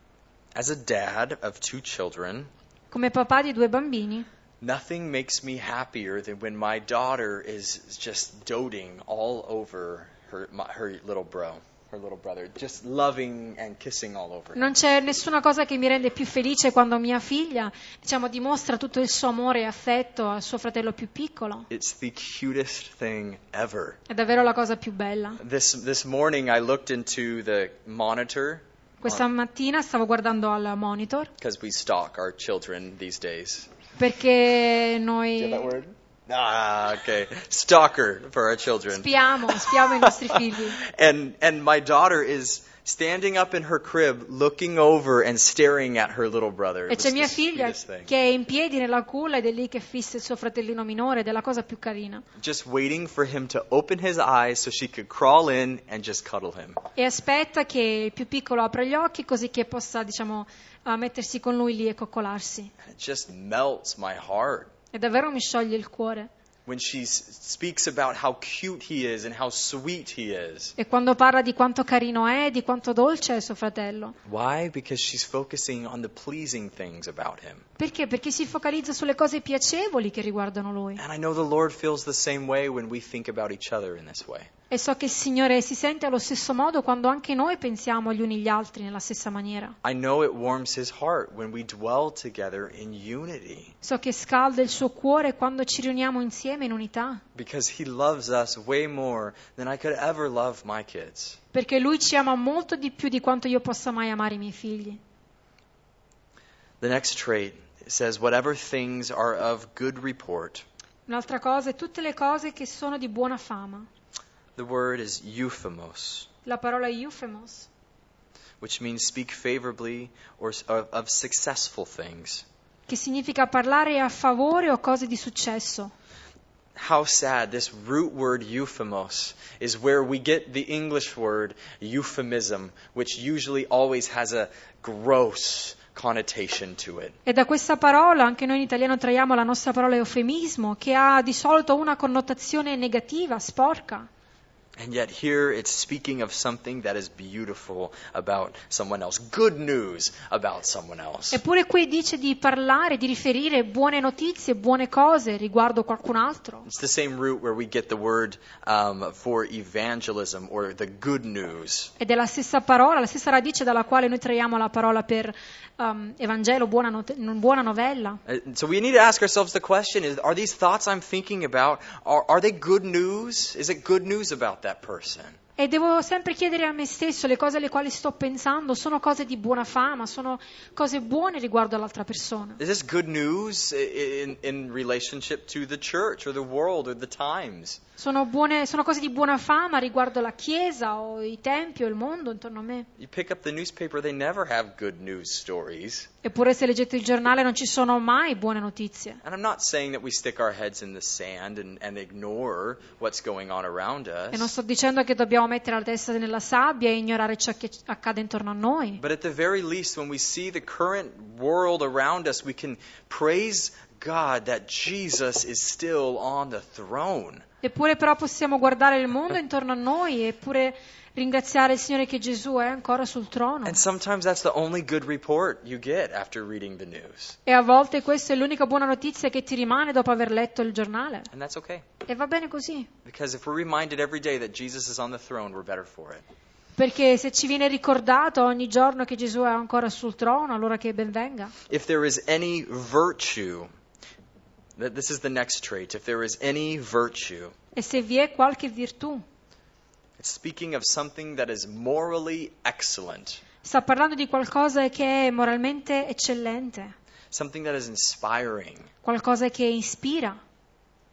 Speaker 1: As a dad of two children,
Speaker 2: Come papà di due bambini,
Speaker 1: nothing makes me happier than when my daughter is just doting all over her my, her little bro, her little brother, just loving and kissing all over him.
Speaker 2: non c'è nessuna cosa che mi rende più felice quando mia figlia, diciamo, dimostra tutto il suo amore e affetto al suo fratello più piccolo.
Speaker 1: It's the cutest thing ever.
Speaker 2: È davvero la cosa più bella.
Speaker 1: This this morning I looked into the monitor
Speaker 2: Questa mattina stavo guardando al monitor
Speaker 1: because we stalk our children these days.
Speaker 2: perché
Speaker 1: Do you have that
Speaker 2: noi
Speaker 1: word? Ah, okay. Stalker for our children.
Speaker 2: Spiamo, spiamo
Speaker 1: [LAUGHS]
Speaker 2: i nostri figli.
Speaker 1: and and my daughter is standing up in her crib, looking over and staring at her little brother. It
Speaker 2: E
Speaker 1: was
Speaker 2: c'è mia
Speaker 1: the
Speaker 2: figlia
Speaker 1: sweetest thing.
Speaker 2: che è in piedi nella culla ed è lì che fissa il suo fratellino minore ed è la cosa più carina.
Speaker 1: Just waiting for him to open his eyes so she could crawl in and just cuddle him.
Speaker 2: E aspetta che il più piccolo apra gli occhi così che possa, diciamo, eh, mettersi con lui lì e coccolarsi.
Speaker 1: And it just melts my heart
Speaker 2: E davvero mi scioglie il cuore.
Speaker 1: when she s- speaks about how cute he is and how sweet he is.
Speaker 2: E quando parla di quanto carino è, di quanto dolce è suo fratello.
Speaker 1: Why? Because she's focusing on the pleasing things about him.
Speaker 2: Perché? Perché si focalizza sulle cose piacevoli che riguardano lui.
Speaker 1: And I know the Lord feels the same way when we think about each other in this way.
Speaker 2: E so che il Signore si sente allo stesso modo quando anche noi pensiamo gli uni gli altri nella stessa maniera.
Speaker 1: I know it warms his heart when we dwell together in unity
Speaker 2: So che scalda il suo cuore quando ci riuniamo insieme in unità.
Speaker 1: because he loves us way more than I could ever love my kids.
Speaker 2: Perché lui ci ama molto di più di quanto io possa mai amare i miei figli.
Speaker 1: The next trait says, Whatever things are of good report.
Speaker 2: Un'altra cosa è tutte le cose che sono di buona fama.
Speaker 1: The word is euphemos,
Speaker 2: La parola è euphemos,
Speaker 1: which means speak favorably or s- of, of successful things.
Speaker 2: che significa parlare a favore o cose di successo.
Speaker 1: How sad this root word euphemos is where we get the English word euphemism, which usually always has a gross connotation to it.
Speaker 2: E da questa parola anche noi in italiano traiamo la nostra parola eufemismo, che ha di solito una connotazione negativa, sporca.
Speaker 1: And yet, here it's speaking of something that is beautiful about someone else, good news about someone else.
Speaker 2: Eppure qui dice di parlare, di riferire buone notizie, buone cose riguardo qualcun altro.
Speaker 1: It's the same root where we get the word um, for evangelism or the good news.
Speaker 2: Ed è la stessa parola, la stessa radice dalla quale noi traiamo la parola per ehm, Evangelo, buona, not- buona novella.
Speaker 1: Uh, So we need to ask ourselves the question: is, Are these thoughts I'm thinking about are, are they good news? Is it good news about that person?
Speaker 2: E devo sempre chiedere a me stesso le cose alle quali sto pensando, sono cose di buona fama, sono cose buone riguardo all'altra persona.
Speaker 1: Is this good news i- in, in relationship to the church or the world or the times?
Speaker 2: Sono, buone- sono cose di buona fama riguardo la Chiesa o i tempi o il mondo intorno a me.
Speaker 1: You pick up the newspaper; they never have good news stories.
Speaker 2: Eppure se leggete il giornale non ci sono mai buone notizie.
Speaker 1: And I'm not saying that we stick our heads in the sand and, and ignore what's going on around
Speaker 2: E non
Speaker 1: us.
Speaker 2: sto dicendo che dobbiamo mettere la testa nella sabbia e ignorare ciò che accade intorno a noi.
Speaker 1: But at the very least, when we see the current world around us, we can praise God that Jesus is still on the throne.
Speaker 2: Eppure però possiamo guardare il mondo intorno a noi eppure ringraziare il Signore che Gesù è ancora sul trono.
Speaker 1: And sometimes that's the only good report you get after reading the news.
Speaker 2: E a volte questa è l'unica buona notizia che ti rimane dopo aver letto il giornale.
Speaker 1: And that's okay.
Speaker 2: E va bene così,
Speaker 1: Because if we're reminded every day that Jesus is on the throne, we're better for it.
Speaker 2: perché se ci viene ricordato ogni giorno che Gesù è ancora sul trono, allora che ben venga.
Speaker 1: If there is any virtue, th- this is the next trait. If there is any virtue,
Speaker 2: E se vi è qualche virtù,
Speaker 1: It's speaking of something that is morally excellent,
Speaker 2: sta parlando di qualcosa che è moralmente eccellente,
Speaker 1: something that is inspiring.
Speaker 2: qualcosa che ispira.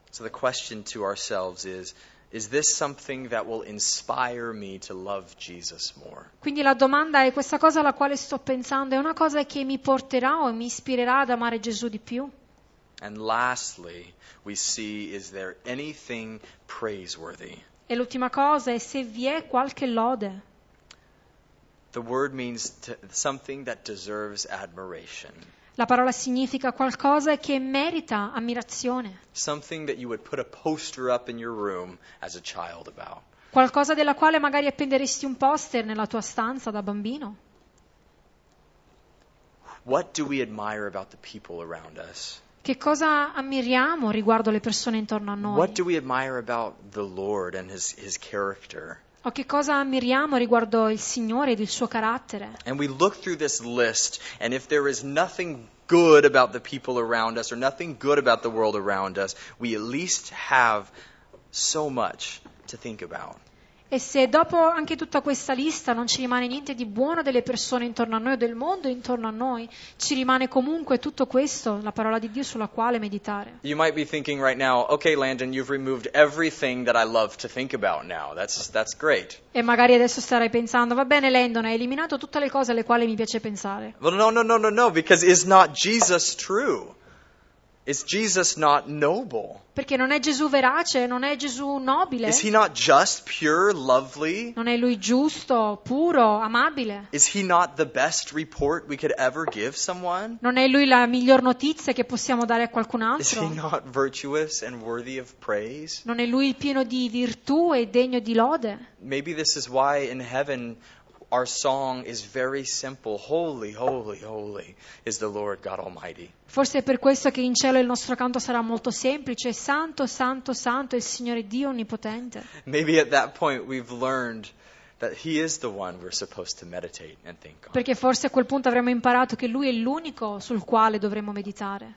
Speaker 1: So the question to ourselves is Is this something that will inspire me to love Jesus more?
Speaker 2: Quindi la domanda è questa cosa alla quale sto pensando, è una cosa che mi porterà o mi ispirerà ad amare Gesù di più?
Speaker 1: And lastly, we see Is there anything praiseworthy?
Speaker 2: E l'ultima cosa è se vi è qualche lode.
Speaker 1: The word means to, something that deserves admiration,
Speaker 2: La parola significa qualcosa che merita ammirazione,
Speaker 1: something that you would put a poster up in your room as a child about.
Speaker 2: qualcosa della quale magari appenderesti un poster nella tua stanza da bambino.
Speaker 1: What do we admire about the people around us?
Speaker 2: Che cosa ammiriamo riguardo le persone intorno a noi?
Speaker 1: What do we admire about the Lord and his, his character?
Speaker 2: O che cosa ammiriamo riguardo il Signore ed il suo carattere?
Speaker 1: And we look through this list, and if there is nothing good about the people around us or nothing good about the world around us, we at least have so much to think about.
Speaker 2: E se dopo anche tutta questa lista non ci rimane niente di buono delle persone intorno a noi o del mondo intorno a noi, ci rimane comunque tutto questo, la parola di Dio sulla quale meditare.
Speaker 1: You might be thinking right now, okay, Landon, you've removed everything that I love to think about now. That's, that's great.
Speaker 2: E magari adesso starai pensando, va bene Landon, hai eliminato tutte le cose alle quali mi piace pensare.
Speaker 1: Well, no, no, no, no, no, because is not Jesus true? Is Jesus not noble?
Speaker 2: Perché non è Gesù verace, non è Gesù nobile,
Speaker 1: Is he not just, pure, lovely?
Speaker 2: non è lui giusto, puro, amabile.
Speaker 1: Is he not the best report we could ever give someone?
Speaker 2: Non è lui la miglior notizia che possiamo dare a qualcun
Speaker 1: Is he
Speaker 2: altro.
Speaker 1: not virtuous and worthy of praise?
Speaker 2: Non è lui pieno di virtù e degno di lode.
Speaker 1: Maybe this is why in heaven our song is very simple Holy, holy, holy is the Lord God Almighty.
Speaker 2: Forse è per questo che in cielo il nostro canto sarà molto semplice. Santo, santo, santo è il Signore Dio Onnipotente.
Speaker 1: Maybe at that point we've learned that He is the one we're supposed to meditate and think on.
Speaker 2: Perché forse a quel punto avremo imparato che Lui è l'unico sul quale dovremmo meditare.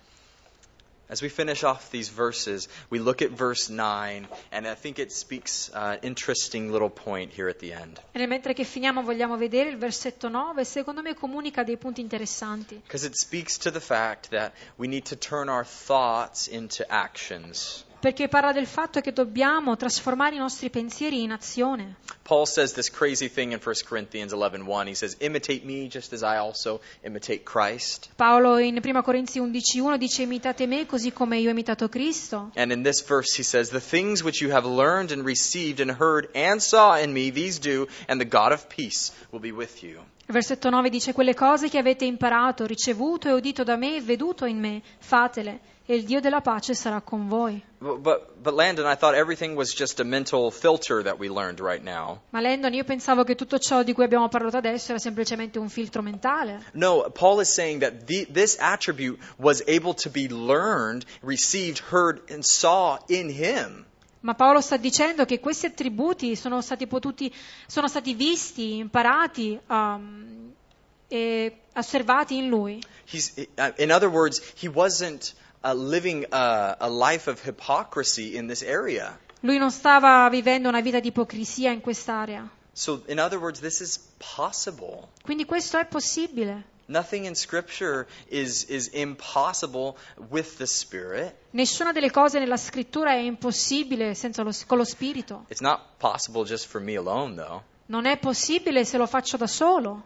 Speaker 1: As we finish off these verses, we look at verse 9, and I think it speaks uh, an interesting little point here at the end.
Speaker 2: E nel mentre che finiamo vogliamo vedere il versetto 9, secondo me comunica dei punti interessanti.
Speaker 1: Because it speaks to the fact that we need to turn our thoughts into actions.
Speaker 2: Perché parla del fatto che dobbiamo trasformare i nostri pensieri in azione.
Speaker 1: Paul says this crazy thing in 1 Corinthians 11:1. He says, "Imitate me just as I also imitate Christ."
Speaker 2: Paolo in 1 Corinzi 11.1 dice imitate me così come io ho imitato Cristo.
Speaker 1: And in this verse he says, "The things which you have learned and received and heard and saw in me, these do, and the God of peace will be with you."
Speaker 2: Il versetto 9 dice quelle cose che avete imparato, ricevuto e udito da me e veduto in me, fatele e il Dio della pace sarà con voi.
Speaker 1: But but, but Landon, I thought everything was just a mental filter that we learned right now.
Speaker 2: Ma Landon, io pensavo che tutto ciò di cui abbiamo parlato adesso era semplicemente un filtro mentale.
Speaker 1: No, Paul is saying that the, this attribute was able to be learned, received, heard, and saw in him.
Speaker 2: Ma Paolo sta dicendo che questi attributi sono stati, potuti, sono stati visti, imparati um, e osservati in lui.
Speaker 1: He's, uh, in other words, he wasn't uh, living a, a life of hypocrisy in this area.
Speaker 2: Lui non stava vivendo una vita di ipocrisia in quest'area.
Speaker 1: So, in other words, this is possible.
Speaker 2: Quindi questo è possibile.
Speaker 1: Nothing in Scripture is, is impossible with the Spirit.
Speaker 2: Nessuna delle cose nella scrittura è impossibile senza lo, con lo spirito.
Speaker 1: It's not possible just for me alone, though,
Speaker 2: Non è possibile se lo faccio da solo,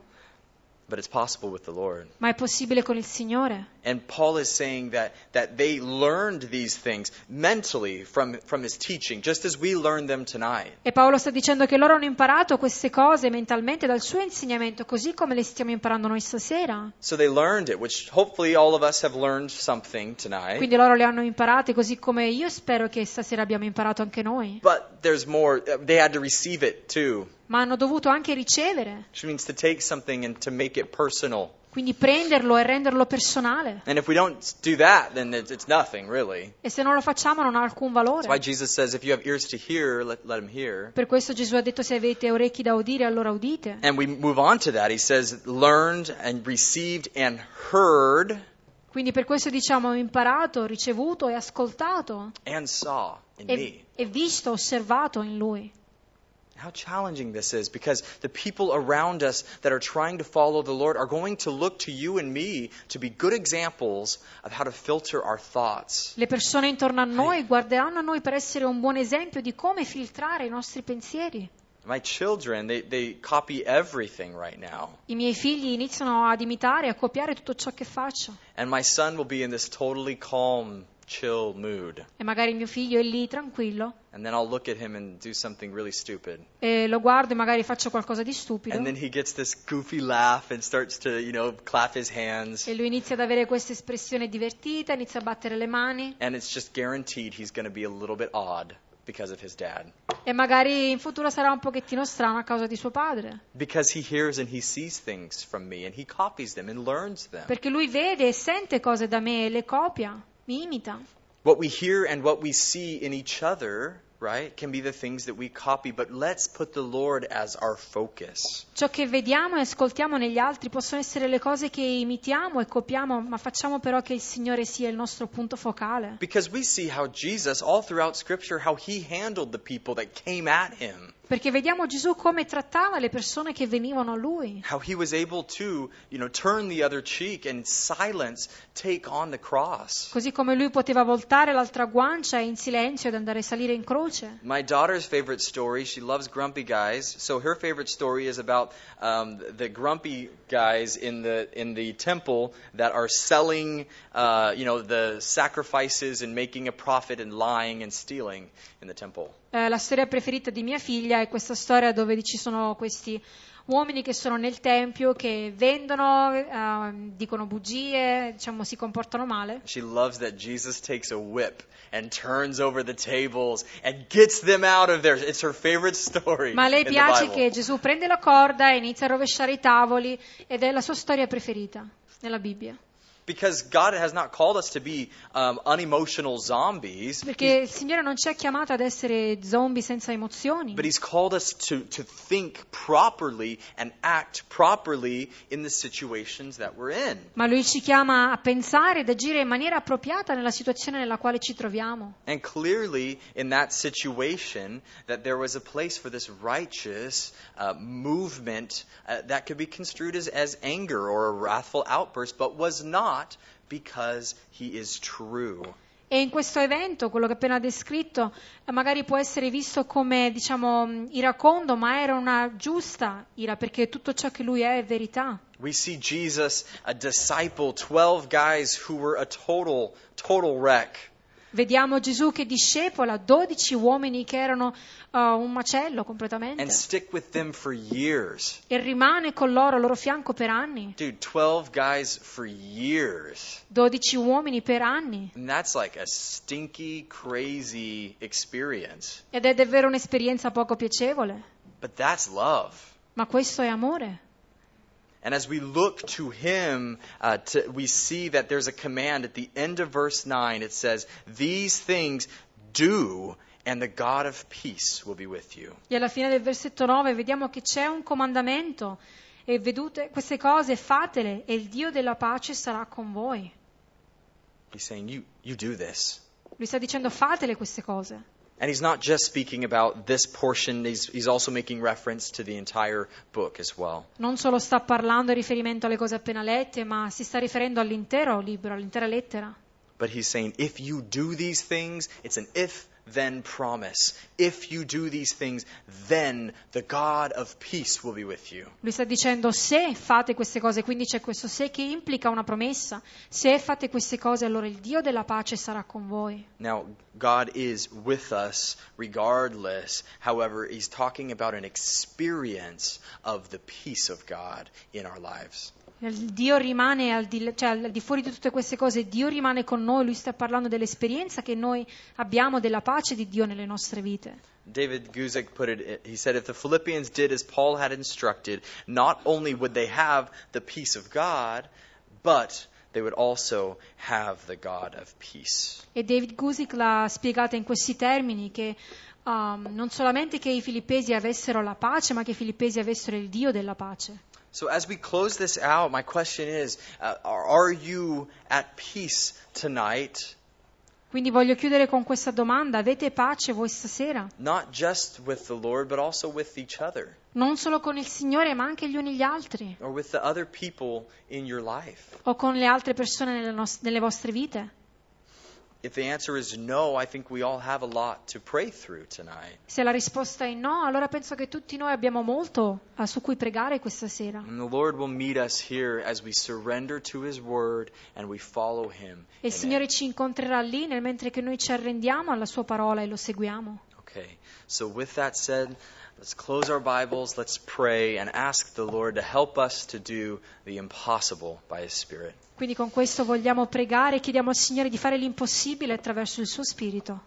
Speaker 1: but it's possible with the Lord.
Speaker 2: ma è possibile con il Signore.
Speaker 1: And Paul is saying that, that they learned these things mentally from, from his teaching, just as we learned them tonight.
Speaker 2: E Paolo sta dicendo che loro hanno imparato queste cose mentalmente dal suo insegnamento, così come le stiamo imparando noi stasera.
Speaker 1: So they learned it, which hopefully all of us have learned something tonight.
Speaker 2: Quindi loro le hanno imparate così come io spero che stasera abbiamo imparato anche noi.
Speaker 1: But there's more. They had to receive it too,
Speaker 2: Ma hanno dovuto anche ricevere,
Speaker 1: which means to take something and to make it personal.
Speaker 2: quindi prenderlo e renderlo personale.
Speaker 1: And if we don't do that, then it's, it's nothing really.
Speaker 2: E se non lo facciamo non ha alcun
Speaker 1: That's why
Speaker 2: valore.
Speaker 1: Jesus says, if you have ears to hear, let, let them hear.
Speaker 2: Per questo Gesù ha detto se avete orecchi da udire allora udite.
Speaker 1: And we move on to that. He says, learned and received and heard
Speaker 2: Quindi per questo diciamo imparato, ricevuto e ascoltato
Speaker 1: and saw in me.
Speaker 2: e, e visto, osservato in lui.
Speaker 1: How challenging this is because the people around us that are trying to follow the Lord are going to look to you and me to be good examples of how to filter our thoughts.
Speaker 2: Le persone intorno a noi guarderanno a noi per essere un buon esempio di come filtrare i nostri pensieri.
Speaker 1: My children, they, they copy everything right now.
Speaker 2: I miei figli iniziano ad imitare, a copiare tutto ciò che faccio.
Speaker 1: And my son will be in this totally calm, chill mood.
Speaker 2: E magari mio figlio è lì tranquillo
Speaker 1: And then I'll look at him and do something really stupid.
Speaker 2: e lo guardo e magari faccio qualcosa di
Speaker 1: And then
Speaker 2: stupido.
Speaker 1: he gets this goofy laugh and starts to, you know, clap his hands.
Speaker 2: E lui inizia ad avere questa espressione divertita, inizia a battere le mani
Speaker 1: And it's just guaranteed he's going to be a little bit odd because of his dad.
Speaker 2: e magari in futuro sarà un pochettino strano a causa di suo padre.
Speaker 1: Because he hears and he sees things from me and he copies them and learns them.
Speaker 2: Perché lui vede e sente cose da me e le copia, mi imita.
Speaker 1: What we hear and what we see in each other, right, can be the things that we copy, but let's put the Lord as our focus.
Speaker 2: Ciò che vediamo e ascoltiamo negli altri possono essere le cose che imitiamo e copiamo, ma facciamo però che il Signore sia il nostro punto focale.
Speaker 1: Because we see how Jesus, all throughout Scripture, how he handled the people that came at him.
Speaker 2: Perché vediamo Gesù come trattava le persone che venivano a lui,
Speaker 1: how he was able to, you know, turn the other cheek and silence take on the cross.
Speaker 2: così come lui poteva voltare l'altra guancia in silenzio ed andare a salire in croce.
Speaker 1: My daughter's favorite story, she loves grumpy guys, so her favorite story is about um, the grumpy guys in the in the temple that are selling, uh, you know, the sacrifices and making a profit and lying and stealing in the temple.
Speaker 2: Eh, la storia preferita di mia figlia è questa storia dove ci sono questi uomini che sono nel tempio, che vendono, ehm, dicono bugie, diciamo si comportano male.
Speaker 1: She loves that Jesus takes a whip and turns over the tables and gets them out of there. It's her favorite story.
Speaker 2: Ma a lei
Speaker 1: in the
Speaker 2: piace
Speaker 1: Bible.
Speaker 2: che Gesù prende la corda e inizia a rovesciare i tavoli ed è la sua storia preferita nella Bibbia.
Speaker 1: Because God has not called us to be um, unemotional zombies,
Speaker 2: Perché il Signore non ci ha chiamato ad essere zombie senza emozioni,
Speaker 1: but He's called us to, to think properly and act properly in the situations that we're in.
Speaker 2: ma Lui ci chiama a pensare ed agire in maniera appropriata nella situazione nella quale ci troviamo.
Speaker 1: And clearly, in that situation, that there was a place for this righteous uh, movement uh, that could be construed as, as anger or a wrathful outburst, but was not because He is true.
Speaker 2: E in questo evento, quello che ho appena descritto, eh, magari può essere visto come, diciamo, mh, iracondo, ma era una giusta ira, perché tutto ciò che lui è è verità.
Speaker 1: We see Jesus, a disciple, 12 guys who were a total, total wreck.
Speaker 2: Vediamo Gesù che discepola 12 uomini che erano eh, un macello completamente
Speaker 1: and stick with them for years.
Speaker 2: e rimane con loro al loro fianco per anni,
Speaker 1: Dude, 12 guys for years.
Speaker 2: 12 uomini per anni.
Speaker 1: And that's like a stinky, crazy experience.
Speaker 2: Ed è davvero un'esperienza poco piacevole,
Speaker 1: But that's love.
Speaker 2: ma questo è amore.
Speaker 1: And as we look to him, uh, to, we see that there's a command at the end of verse 9. It says, These things do, and the God of peace will be with you.
Speaker 2: E alla fine del versetto 9 vediamo che c'è un comandamento e vedute queste cose fatele e il Dio della pace sarà con voi.
Speaker 1: He's saying, You, you do this.
Speaker 2: Lui sta dicendo fatele queste cose.
Speaker 1: And he's not just speaking about this portion, he's, he's also making reference to the entire book as well.
Speaker 2: Non solo sta parlando in riferimento alle cose appena lette, ma si sta riferendo all'intero libro, all'intera lettera.
Speaker 1: But he's saying, if you do these things, it's an if then promise. If you do these things, then the God of peace will be with you.
Speaker 2: Lui sta dicendo se fate queste cose, quindi c'è questo se che implica una promessa. Se fate queste cose allora il Dio della pace sarà con voi.
Speaker 1: Now, God is with us regardless. However, he's talking about an experience of the peace of God in our lives.
Speaker 2: Il Dio rimane al di, cioè, al di fuori di tutte queste cose, Dio rimane con noi, lui sta parlando dell'esperienza che noi abbiamo della pace di Dio nelle nostre vite.
Speaker 1: David Guzik put it, he said, if the Philippians did as Paul had instructed, not only would they have the peace of God, but they would also have the God of peace.
Speaker 2: E David Gusick l'ha spiegata in questi termini che um, non solamente che i filippesi avessero la pace, ma che i filippesi avessero il Dio della pace.
Speaker 1: So, as we close this out, my question is uh, are are you at peace tonight?
Speaker 2: Quindi voglio chiudere con questa domanda, avete pace voi stasera?
Speaker 1: Not just with the Lord, but also with each other
Speaker 2: Non solo con il Signore, ma anche gli uni gli altri,
Speaker 1: or with the other people in your life?
Speaker 2: o con le altre persone nelle, nos- nelle vostre vite?
Speaker 1: If the answer is no, I think we all have a lot to pray through tonight.
Speaker 2: Se la risposta è no, allora penso che tutti noi abbiamo molto eh, su cui pregare questa sera.
Speaker 1: And the Lord will meet us here as we surrender to His Word and we follow Him. in
Speaker 2: E il
Speaker 1: it.
Speaker 2: Signore ci incontrerà lì nel mentre che noi ci arrendiamo alla Sua parola e lo seguiamo.
Speaker 1: Okay, so with that said, let's close our Bibles, let's pray, and ask the Lord to help us to do the impossible by His Spirit.
Speaker 2: Quindi con questo vogliamo pregare e chiediamo al Signore di fare l'impossibile attraverso il suo Spirito.